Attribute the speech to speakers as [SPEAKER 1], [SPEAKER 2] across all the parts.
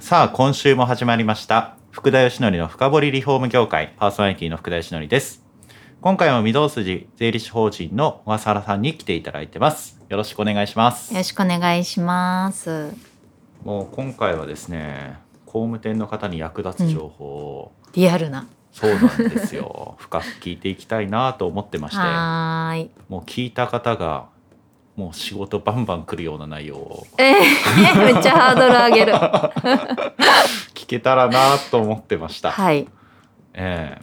[SPEAKER 1] さあ今週も始まりました福田義則の深掘りリフォーム業界パーソナリティの福田義則です今回も御堂筋税理士法人の小笠原さんに来ていただいてますよろしくお願いします
[SPEAKER 2] よろしくお願いします。
[SPEAKER 1] もう今回はですね工務店の方に役立つ情報を、
[SPEAKER 2] リアルな。
[SPEAKER 1] そうなんです よ深く聞いていきたいなと思ってまして
[SPEAKER 2] はーい。
[SPEAKER 1] もう聞いた方がもう仕事バンバン来るような内容を
[SPEAKER 2] えー、 めっちゃハードル上げる。
[SPEAKER 1] 聞けたらなと思ってました
[SPEAKER 2] はい。
[SPEAKER 1] ええ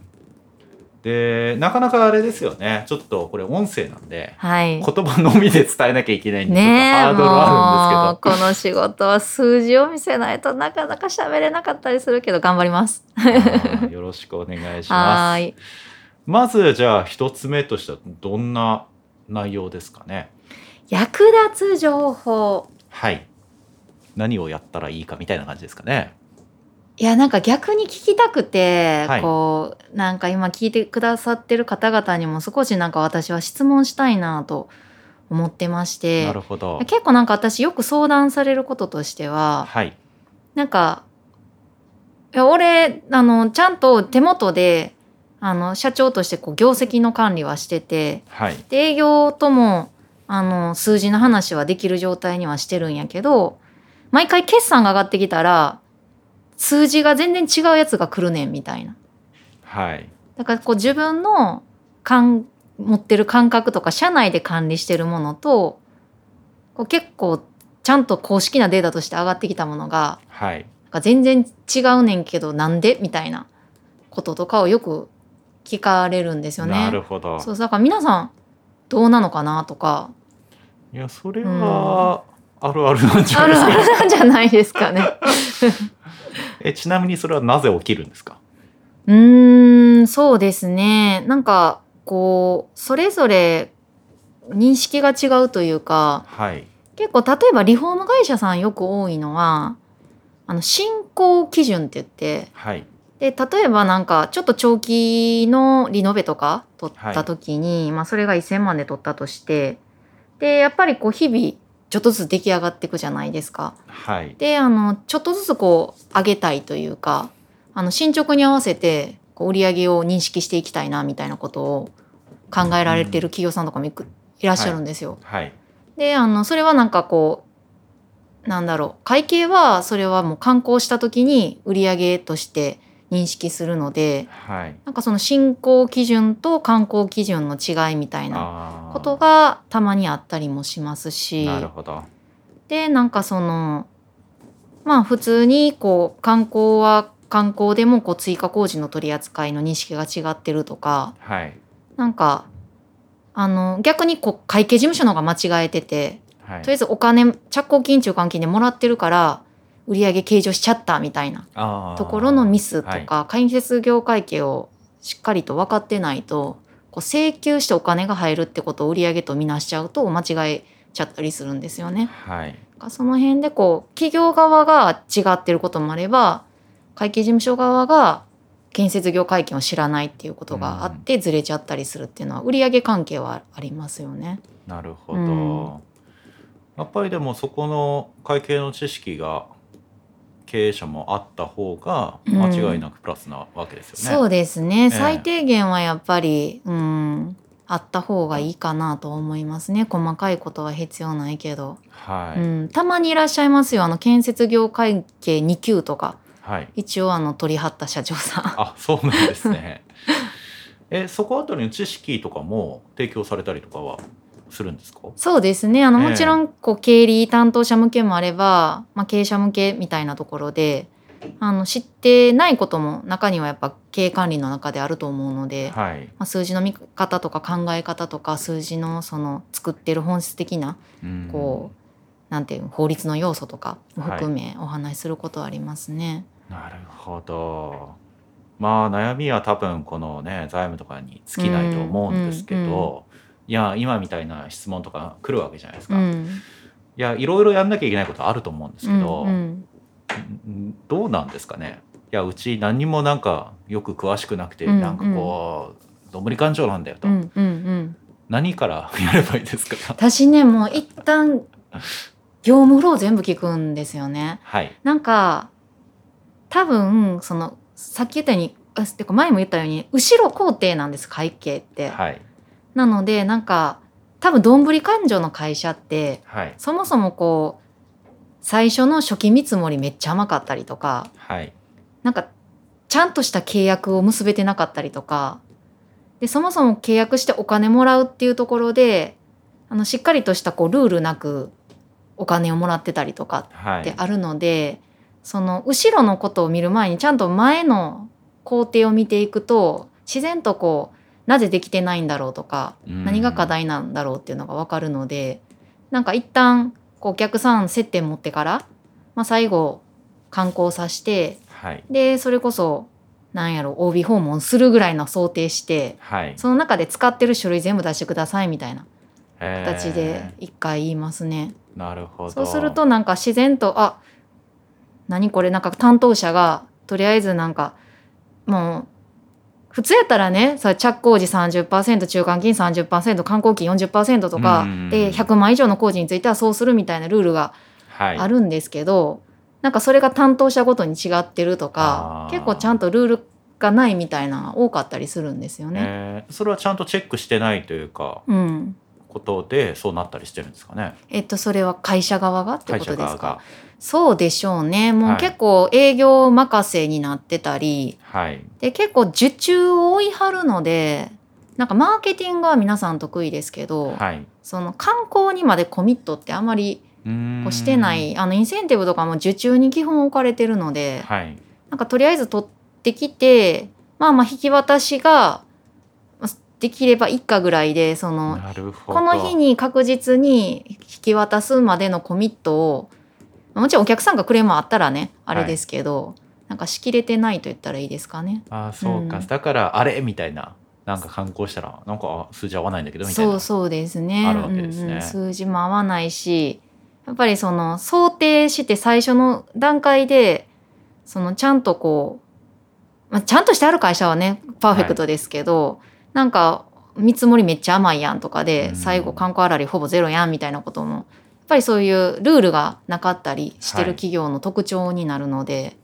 [SPEAKER 1] でなかなかあれですよねちょっとこれ音声なんで
[SPEAKER 2] はい
[SPEAKER 1] 言。葉のみで伝えなきゃいけないんで、
[SPEAKER 2] ねえ、
[SPEAKER 1] ちょっとハードルはあ
[SPEAKER 2] も
[SPEAKER 1] るん
[SPEAKER 2] う、この仕事は数字を見せないとなかなか喋れなかったりするけど、頑張ります。
[SPEAKER 1] ですけどあーよろしくお願いし
[SPEAKER 2] は
[SPEAKER 1] ま
[SPEAKER 2] ー
[SPEAKER 1] す
[SPEAKER 2] い。
[SPEAKER 1] まずじゃあ一つ目としてはどんな内容ですかね
[SPEAKER 2] 役立つ情報。
[SPEAKER 1] はい何をやったらいいかみたいな感じですかね
[SPEAKER 2] いやなんか逆に聞きたくて、
[SPEAKER 1] はい
[SPEAKER 2] こうなんか今聞いてくださってる方々にも少しなんか私は質問したいなと思ってまして
[SPEAKER 1] なるほど
[SPEAKER 2] 結構なんか私よく相談されることとしては
[SPEAKER 1] はい
[SPEAKER 2] なんかいや俺あのちゃんと手元であの社長としてこう業績の管理はしてて
[SPEAKER 1] はい
[SPEAKER 2] で営業ともあの数字の話はできる状態にはしてるんやけど毎回決算が上がってきたら数字が全然違うやつが来るねんみたいな。
[SPEAKER 1] はい
[SPEAKER 2] だからこう自分の感持ってる感覚とか社内で管理してるものとこう結構ちゃんと公式なデータとして上がってきたものが
[SPEAKER 1] はい
[SPEAKER 2] なんか全然違うねんけどなんでみたいなこととかをよく聞かれるんですよね。
[SPEAKER 1] なるほど
[SPEAKER 2] そうだから皆さんどうなのかなとか
[SPEAKER 1] いやそれはあるあるなんじゃ
[SPEAKER 2] あ
[SPEAKER 1] ない
[SPEAKER 2] る
[SPEAKER 1] ですか
[SPEAKER 2] あるなんじゃないです かね。
[SPEAKER 1] えちなみにそれはなぜ起きるんですか
[SPEAKER 2] うーんそうですねなんかこうそれぞれ認識が違うというか
[SPEAKER 1] はい
[SPEAKER 2] 結構例えばリフォーム会社さんよく多いのはあの進行基準って言って
[SPEAKER 1] はい
[SPEAKER 2] で例えばなんかちょっと長期のリノベとか取った時に、まあ、それが1,000万で取ったとしてでやっぱりこう日々ちょっとずつ出来上がっていくじゃないですか。
[SPEAKER 1] はい
[SPEAKER 2] であのちょっとずつこう上げたいというかあの進捗に合わせてこう売り上げを認識していきたいなみたいなことを考えられてる企業さんとかもいくいらっしゃるんですよ。
[SPEAKER 1] はい
[SPEAKER 2] であのそれはなんかこうなんだろう会計はそれはもう観光した時に売り上げとして認識するので
[SPEAKER 1] はい
[SPEAKER 2] なんかその進行基準と観光基準の違いみたいな
[SPEAKER 1] あー
[SPEAKER 2] ことがたまにあったりもしますし
[SPEAKER 1] なるほど
[SPEAKER 2] でなんかそのまあ普通にこう観光は観光でもこう追加工事の取り扱いの認識が違ってるとか
[SPEAKER 1] はい
[SPEAKER 2] なんかあの逆にこう会計事務所の方が間違えてて
[SPEAKER 1] はい
[SPEAKER 2] とりあえずお金着工金中間金でもらってるから売り上げ計上しちゃったみたいな
[SPEAKER 1] あー
[SPEAKER 2] ところのミスと
[SPEAKER 1] はい
[SPEAKER 2] か解説業会計をしっかりと分かってないとこう請求してお金が入るってことを売り上げとみなしちゃうと間違えちゃったりするんですよね。
[SPEAKER 1] はい
[SPEAKER 2] なんかその辺でこう企業側が違ってることもあれば会計事務所側が建設業会見を知らないっていうことがあってずれちゃったりするっていうのは売上関係はありますよね。
[SPEAKER 1] なるほど、
[SPEAKER 2] うん
[SPEAKER 1] やっぱりでもそこの会計の知識が経営者もあった方が
[SPEAKER 2] うん
[SPEAKER 1] 間違いなくプラスなわけですよね、
[SPEAKER 2] そうですね、
[SPEAKER 1] え
[SPEAKER 2] 最低限はやっぱりうんあった方がいいかなと思いますね細かいことは必要ないけど、
[SPEAKER 1] はい、
[SPEAKER 2] うん、たまにいらっしゃいますよあの建設業会計2級とか
[SPEAKER 1] はい
[SPEAKER 2] 一応あの取り張った社長さん。
[SPEAKER 1] あそうなんですね えそこあたりの知識とかも提供されたりとかはするんですか
[SPEAKER 2] そうですねあの
[SPEAKER 1] ええ
[SPEAKER 2] もちろんこう経理担当者向けもあれば、まあ、経営者向けみたいなところであの知ってないことも中にはやっぱ経営管理の中であると思うので、
[SPEAKER 1] はい、
[SPEAKER 2] まあ、数字の見方とか考え方とか数字のその作ってる本質的な
[SPEAKER 1] うん
[SPEAKER 2] こう、なんていう法律の要素とかも含めお話しすることはありますね。
[SPEAKER 1] なるほど。まあ悩みは多分このね財務とかに尽きないと思うんですけど、
[SPEAKER 2] うんうん
[SPEAKER 1] いや今みたいな質問とか来るわけじゃないです
[SPEAKER 2] う
[SPEAKER 1] か。い
[SPEAKER 2] ん
[SPEAKER 1] やいろいろやんなきゃいけないことあると思うんですけど、
[SPEAKER 2] うんうん
[SPEAKER 1] んどうなんですかねいやうち何にもなんかよく詳しくなくて、
[SPEAKER 2] うん
[SPEAKER 1] なんかこうどんぶり勘定なんだよと、
[SPEAKER 2] うんうんうん
[SPEAKER 1] 何からやればいいですか
[SPEAKER 2] 私ねもう一旦業務フロー全部聞くんですよね。
[SPEAKER 1] はい
[SPEAKER 2] なんか多分そのさっき言ったようにあてか前も言ったように後ろ工程なん です会計って。
[SPEAKER 1] はい
[SPEAKER 2] なのでなんか多分どんぶり勘定の会社って
[SPEAKER 1] はい
[SPEAKER 2] そもそもこう最初の初期見積もりめっちゃ甘かったりとか
[SPEAKER 1] はい
[SPEAKER 2] なんかちゃんとした契約を結べてなかったりとかでそもそも契約してお金もらうっていうところであのしっかりとしたこうルールなくお金をもらってたりとか
[SPEAKER 1] は
[SPEAKER 2] って
[SPEAKER 1] い
[SPEAKER 2] あるので、その後ろのことを見る前にちゃんと前の工程を見ていくと自然とこうなぜできてないんだろうとか何が課題なんだろうっていうのが分かるので、なんか一旦こうお客さん接点持ってから、まあ、最後観光させて
[SPEAKER 1] うんはい
[SPEAKER 2] でそれこそなんやろ OB 訪問するぐらいの想定して
[SPEAKER 1] はい
[SPEAKER 2] その中で使ってる種類全部出してくださいみたいな
[SPEAKER 1] えー
[SPEAKER 2] 形で一回言いますね。
[SPEAKER 1] なるほど
[SPEAKER 2] そうするとなんか自然とあ何これなんか担当者がとりあえずなんかもう普通やったらねさ着工時30%中間金30%観光金40%とか
[SPEAKER 1] うん
[SPEAKER 2] で100万以上の工事についてはそうするみたいなルールが
[SPEAKER 1] はい
[SPEAKER 2] あるんですけど、なんかそれが担当者ごとに違ってると
[SPEAKER 1] あ
[SPEAKER 2] か
[SPEAKER 1] ー
[SPEAKER 2] 結構ちゃんとルールがないみたいなのが多かったりするんですよね。
[SPEAKER 1] えーそれはちゃんとチェックしてないというか
[SPEAKER 2] うん
[SPEAKER 1] ことでそうなったりしてるんですかね
[SPEAKER 2] えっと、それは会社側がって
[SPEAKER 1] 会
[SPEAKER 2] こと
[SPEAKER 1] 社
[SPEAKER 2] です
[SPEAKER 1] 側
[SPEAKER 2] か
[SPEAKER 1] が
[SPEAKER 2] そうでしょうね。も
[SPEAKER 1] は
[SPEAKER 2] う
[SPEAKER 1] い
[SPEAKER 2] 結構営業任せになってたり、
[SPEAKER 1] はい
[SPEAKER 2] で結構受注を追い張るので、なんかマーケティングは皆さん得意ですけど、
[SPEAKER 1] はい
[SPEAKER 2] その観光にまでコミットってあまり
[SPEAKER 1] うー
[SPEAKER 2] こ
[SPEAKER 1] ん
[SPEAKER 2] うしてない、あのインセンティブとかも受注に基本置かれてるので、
[SPEAKER 1] はい
[SPEAKER 2] なんかとりあえず取ってきて、まあまあ引き渡しがまあできればいいかぐらいで、その
[SPEAKER 1] なるほど
[SPEAKER 2] この日に確実に引き渡すまでのコミットをもちろんお客さんがクレームあったらねあれですけど、なんか仕切れてないと言ったらいいですかね。
[SPEAKER 1] あーそうか、
[SPEAKER 2] うん
[SPEAKER 1] だからあれみたいななんか観光したらなんかあ数字合わないんだけどみたいな
[SPEAKER 2] そうそうですね
[SPEAKER 1] あるわけですね
[SPEAKER 2] うんうん数字も合わないしやっぱりその想定して最初の段階でそのちゃんとこう、まあ、ちゃんとしてある会社はねパーフェクトですけど、なんか見積もりめっちゃ甘いやんとかで、
[SPEAKER 1] うん
[SPEAKER 2] 最後観光あらりほぼゼロやんみたいなこともやっぱりそういうルールがなかったりして
[SPEAKER 1] は
[SPEAKER 2] る
[SPEAKER 1] い
[SPEAKER 2] 企業の特徴になるので、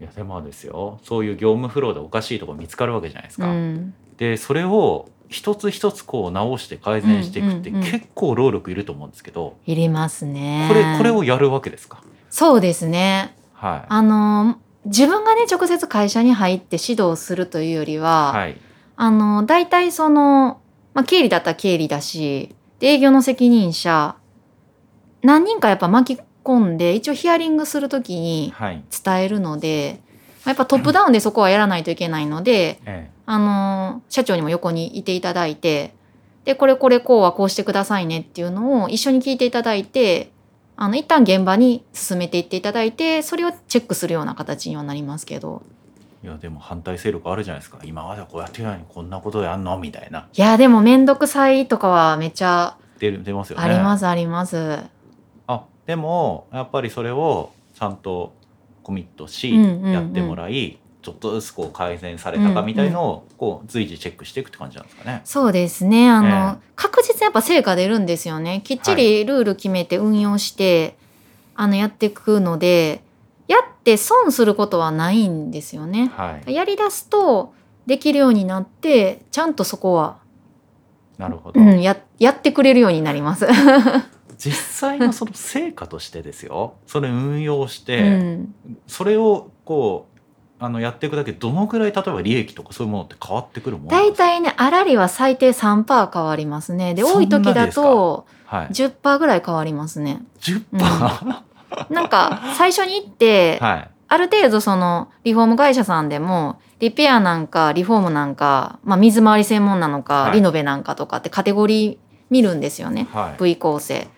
[SPEAKER 1] いやでもですよそういう業務フローでおかしいところ見つかるわけじゃないですか、
[SPEAKER 2] うん
[SPEAKER 1] でそれを一つ一つこう直して改善していくって
[SPEAKER 2] うんうんうん
[SPEAKER 1] 結構労力いると思うんですけど、
[SPEAKER 2] いりますね。
[SPEAKER 1] これこれをやるわけですか
[SPEAKER 2] そうですね
[SPEAKER 1] はい
[SPEAKER 2] あの自分がね直接会社に入って指導するというよりは、
[SPEAKER 1] はい
[SPEAKER 2] あの大体その、まあ、経理だったら経理だしで営業の責任者何人かやっぱ巻き込んで一応ヒアリングするときに
[SPEAKER 1] はい
[SPEAKER 2] 伝えるので、まあやっぱトップダウンでそこはやらないといけないので、
[SPEAKER 1] え
[SPEAKER 2] あの社長にも横にいていただいてでこれこれこうはこうしてくださいねっていうのを一緒に聞いていただいてあの一旦現場に進めていっていただいてそれをチェックするような形にはなりますけど
[SPEAKER 1] えいやでも反対勢力あるじゃないですか今までこうやってないのにこんなことやんのみたいない
[SPEAKER 2] やでも面倒くさいとかはめっちゃ
[SPEAKER 1] 出る出ますよね
[SPEAKER 2] ありますあります。
[SPEAKER 1] あでもやっぱりそれをちゃんとコミットし、
[SPEAKER 2] うんうんうん
[SPEAKER 1] やってもらいちょっとずつこう改善されたかみたいのをこう随時チェックしていくって感じなんですかね。
[SPEAKER 2] そうですね。あの、
[SPEAKER 1] え
[SPEAKER 2] 確実にやっぱ成果出るんですよね。きっちりルール決めて運用して、あの、やっていくので、やって損することはないんですよね。
[SPEAKER 1] はい、
[SPEAKER 2] やり出すと、できるようになって、ちゃんとそこは、
[SPEAKER 1] なるほど、
[SPEAKER 2] うん、や、やってくれるようになります。
[SPEAKER 1] 実際のその成果としてですよそれ運用し
[SPEAKER 2] う
[SPEAKER 1] て、
[SPEAKER 2] ん。
[SPEAKER 1] それをこうあのやっていくだけでどのくらい例えば利益とかそういうものって変わってくるものなん
[SPEAKER 2] 大
[SPEAKER 1] ですか
[SPEAKER 2] 体ね、あらりは最低3%変わりますね。で、
[SPEAKER 1] そ
[SPEAKER 2] 多
[SPEAKER 1] ん
[SPEAKER 2] い
[SPEAKER 1] なに
[SPEAKER 2] 時だ
[SPEAKER 1] ですか
[SPEAKER 2] と
[SPEAKER 1] はい、
[SPEAKER 2] 10%ぐらい変わりますね。
[SPEAKER 1] 10%、
[SPEAKER 2] うんな んか、最初に行って、
[SPEAKER 1] はい
[SPEAKER 2] ある程度そのリフォーム会社さんでもリペアなんかリフォームなんか、まあ、水回り専門なのか、
[SPEAKER 1] はい
[SPEAKER 2] リノベなんかとかってカテゴリー見るんですよね
[SPEAKER 1] はい
[SPEAKER 2] V 構成。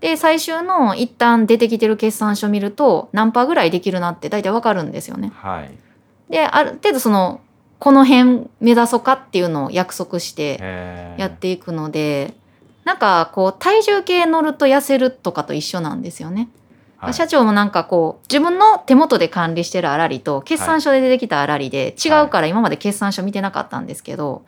[SPEAKER 2] で最終の一旦出てきてる決算書見ると何パーぐらいできるなって大体わかるんですよね。
[SPEAKER 1] はい。
[SPEAKER 2] である程度そのこの辺目指そうかっていうのを約束して
[SPEAKER 1] えー
[SPEAKER 2] やっていくので、なんかこう体重計乗ると痩せるとかと一緒なんですよ
[SPEAKER 1] はい
[SPEAKER 2] ね。社長もなんかこう自分の手元で管理してるあらりと決算書で出てきたあらりで違
[SPEAKER 1] はいう
[SPEAKER 2] から今まで決算書見てなかったんですけど、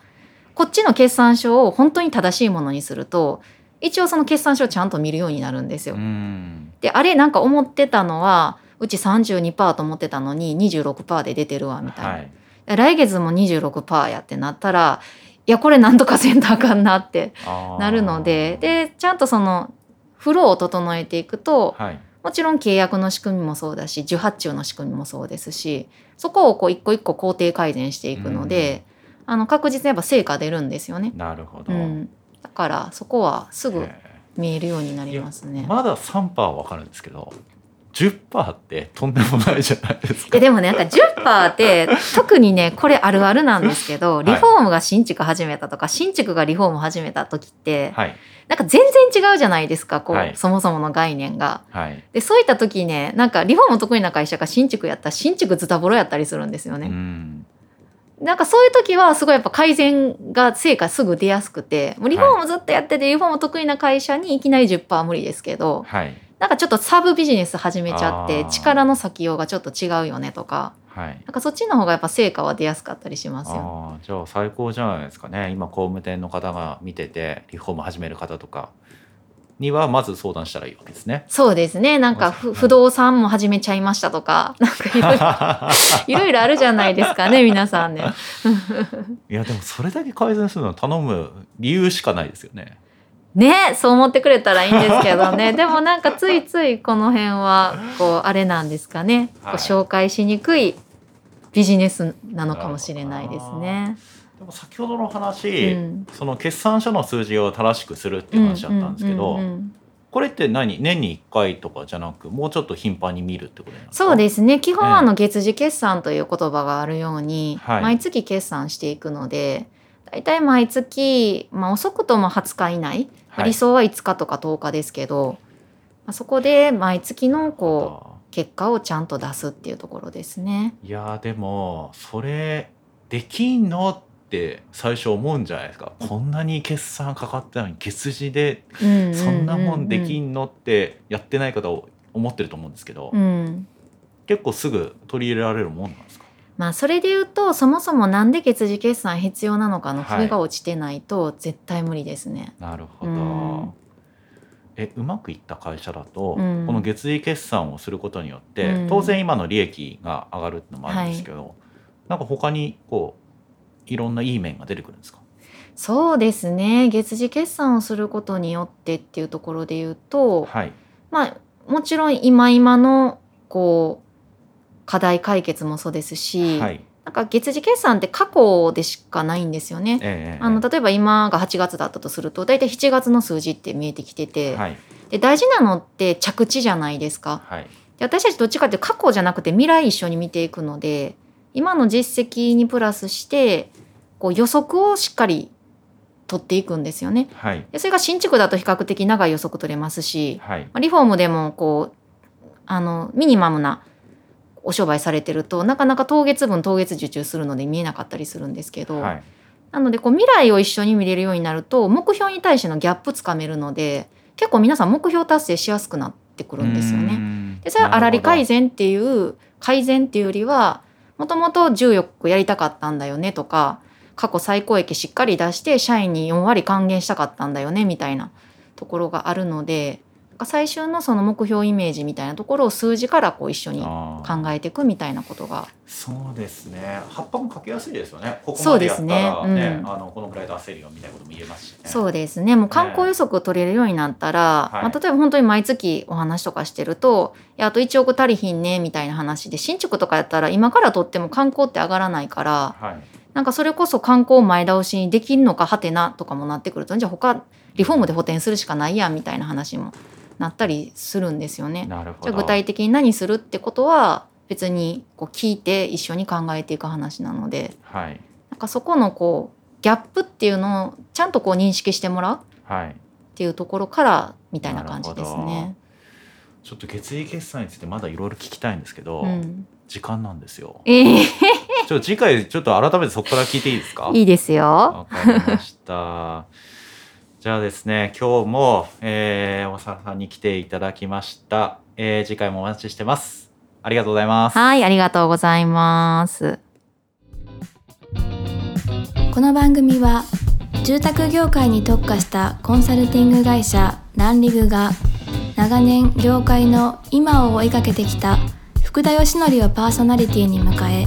[SPEAKER 2] こっちの決算書を本当に正しいものにすると一応その決算書をちゃんと見るようになるんですよ。
[SPEAKER 1] うん。
[SPEAKER 2] であれなんか思ってたのはうち32%と思ってたのに26%で出てるわみたいな、
[SPEAKER 1] はい。
[SPEAKER 2] 来月も26%やってなったらいやこれなんとかせんとあかんなって
[SPEAKER 1] あー
[SPEAKER 2] なるので、でちゃんとそのフローを整えていくと
[SPEAKER 1] はい。
[SPEAKER 2] もちろん契約の仕組みもそうだし受発注の仕組みもそうですしそこをこう一個一個工程改善していくので、あの確実にやっぱ成果出るんですよね。
[SPEAKER 1] なるほど。
[SPEAKER 2] う
[SPEAKER 1] へ
[SPEAKER 2] ん、だからそこはすぐ
[SPEAKER 1] ー
[SPEAKER 2] 見えるようになりますね。
[SPEAKER 1] まだ3%はわかるんですけど、10%ってとんでもないじゃないです
[SPEAKER 2] い
[SPEAKER 1] か。
[SPEAKER 2] やでもねなんか10%って特にねこれあるあるなんですけど
[SPEAKER 1] い
[SPEAKER 2] リフォームが新築始めたとか新築がリフォーム始めた時って、
[SPEAKER 1] はい。
[SPEAKER 2] なんか全然違うじゃないですかこう、
[SPEAKER 1] はい
[SPEAKER 2] そもそもの概念が。
[SPEAKER 1] はい。
[SPEAKER 2] でそういった時ねなんかリフォーム得意な会社が新築やったら新築ズタボロやったりするんですよ
[SPEAKER 1] う
[SPEAKER 2] ね。
[SPEAKER 1] ん。
[SPEAKER 2] なんかそういう時はすごいやっぱ改善が成果すぐ出やすくてもうリフォームずっとやっててリフォーム得意な会社にいきなり10%は無理ですけど
[SPEAKER 1] はい。
[SPEAKER 2] なんかちょっとサブビジネス始めちゃっ
[SPEAKER 1] あ
[SPEAKER 2] て
[SPEAKER 1] ー
[SPEAKER 2] 力の先ようがちょっと違うよねとか。
[SPEAKER 1] はい。
[SPEAKER 2] なんかそっちの方がやっぱ成果は出やすかったりしますよ。。
[SPEAKER 1] ああー、じゃあ最高じゃないですかね。今、工務店の方が見てて、リフォーム始める方とかには、まず相談したらいいわけですね
[SPEAKER 2] そうですね。なんか
[SPEAKER 1] う
[SPEAKER 2] ふ
[SPEAKER 1] ん
[SPEAKER 2] 不動産も始めちゃいましたとか、なんかいろいろい ろいろあるじゃないですかね、皆さんね。
[SPEAKER 1] いや、でもそれだけ改善するの頼む理由しかないですよね。
[SPEAKER 2] ね、そう思ってくれたらいいんですけどね。 でもなんかついついこの辺は、こう、あれなんですかね。こう
[SPEAKER 1] はい
[SPEAKER 2] 紹介しにくいビジネスなのかもしれないですね。
[SPEAKER 1] でも先ほどの話、
[SPEAKER 2] うん
[SPEAKER 1] その決算書の数字を正しくするっていう話だったんですけど、
[SPEAKER 2] うんうんうんうん
[SPEAKER 1] これって何年に1回とかじゃなくもうちょっと頻繁に見るってことなんですか
[SPEAKER 2] そうですね基
[SPEAKER 1] え
[SPEAKER 2] 本
[SPEAKER 1] え
[SPEAKER 2] あの月次決算という言葉があるように、
[SPEAKER 1] はい
[SPEAKER 2] 毎月決算していくので大体毎月、まあ、遅くとも20日以内、まあ
[SPEAKER 1] はい
[SPEAKER 2] 理想は5日とか10日ですけど、まあ、そこで毎月のこ
[SPEAKER 1] あ
[SPEAKER 2] う結果をちゃんと出すっていうところですね。
[SPEAKER 1] ーいやーでもそれできんのって最初思うんじゃないですかこんなに決算かかってないのに月次で
[SPEAKER 2] うううう
[SPEAKER 1] そんなもんできんのってやってない方を思ってると思うんですけど、
[SPEAKER 2] うん
[SPEAKER 1] 結構すぐ取り入れられるもんなんですか
[SPEAKER 2] まあ、それで言うとそもそもなんで月次決算必要なのかの腑が落ちてないと絶対無理ですね。
[SPEAKER 1] なるほど、
[SPEAKER 2] うん
[SPEAKER 1] えうまくいった会社だと、
[SPEAKER 2] うん
[SPEAKER 1] この月次決算をすることによって、
[SPEAKER 2] うん
[SPEAKER 1] 当然今の利益が上がるってのもあるんですけど、なんか他にこういろんないい面が出てくるんですか
[SPEAKER 2] そうですね月次決算をすることによってっていうところで言うと、
[SPEAKER 1] はい
[SPEAKER 2] まあもちろん今今のこう課題解決もそうですし、
[SPEAKER 1] はい
[SPEAKER 2] なんか月次決算って過去でしかないんですよね。
[SPEAKER 1] ええ
[SPEAKER 2] あの例えば今が8月だったとすると大体7月の数字って見えてきて
[SPEAKER 1] え
[SPEAKER 2] て、
[SPEAKER 1] えはい
[SPEAKER 2] で大事なのって着地じゃないですか
[SPEAKER 1] はい
[SPEAKER 2] で私たちどっちかっていうと過去じゃなくて未来一緒に見ていくので今の実績にプラスしてこう予測をしっかり取っていくんですよね。
[SPEAKER 1] はい
[SPEAKER 2] でそれが新築だと比較的長い予測取れますし、
[SPEAKER 1] はい
[SPEAKER 2] まあリフォームでもこうあのミニマムなお商売されてるとなかなか当月分当月受注するので見えなかったりするんですけど、
[SPEAKER 1] はい
[SPEAKER 2] なのでこう未来を一緒に見れるようになると目標に対してのギャップつかめるので結構皆さん目標達成しやすくなってくるんですよ
[SPEAKER 1] うー
[SPEAKER 2] ね。
[SPEAKER 1] ん
[SPEAKER 2] でそれはあらり改
[SPEAKER 1] なる
[SPEAKER 2] 善っていう改善っていうよりはもともと14個やりたかったんだよねとか過去最高益しっかり出して社員に4割還元したかったんだよねみたいなところがあるのでなんか最終のその目標イメージみたいなところを数字からこう一緒に考
[SPEAKER 1] ほどあー
[SPEAKER 2] えていくみたいなことが
[SPEAKER 1] そうですね葉っぱもかけやすいですよねここ
[SPEAKER 2] そ
[SPEAKER 1] ま
[SPEAKER 2] う
[SPEAKER 1] で
[SPEAKER 2] で
[SPEAKER 1] やっ
[SPEAKER 2] す
[SPEAKER 1] た
[SPEAKER 2] ね
[SPEAKER 1] らね
[SPEAKER 2] うん
[SPEAKER 1] あのこのぐらい出せるよみたいなことも言えますしね
[SPEAKER 2] そうですねもう観光予測を取れるようになったら、
[SPEAKER 1] はい
[SPEAKER 2] まあ、例えば本当に毎月お話とかしてると「いやあと1億足りひんね」みたいな話で新築とかやったら今から取っても観光って上がらないから
[SPEAKER 1] はい
[SPEAKER 2] なんかそれこそ観光を前倒しにできるのかはてなとかもなってくるとじゃあ他リフォームで補填するしかないやんみたいな話もなったりするんですよね。
[SPEAKER 1] なるほ
[SPEAKER 2] じゃ
[SPEAKER 1] ど
[SPEAKER 2] あ具体的に何するってことは別にこう聞いて一緒に考えていく話なので
[SPEAKER 1] はい
[SPEAKER 2] なんかそこのこうギャップっていうのをちゃんとこう認識してもらう
[SPEAKER 1] はい
[SPEAKER 2] っていうところからみたいな感じですね。
[SPEAKER 1] ちょっと月次決算についてまだいろいろ聞きたいんですけど、
[SPEAKER 2] うん、。
[SPEAKER 1] 時間なんですよ
[SPEAKER 2] ええ
[SPEAKER 1] ちょっと次回ちょっと改めてそこから聞いていいですか
[SPEAKER 2] いいですよ。
[SPEAKER 1] わかりました。じゃあですね、今日も、えー、大沢さんに来ていただきました。えー次回もお待ちしてます。ありがとうございます。
[SPEAKER 2] はい、ありがとうございます。
[SPEAKER 3] この番組は住宅業界に特化したコンサルティング会社ランリグが長年業界の今を追いかけてきた福田義則をパーソナリティに迎え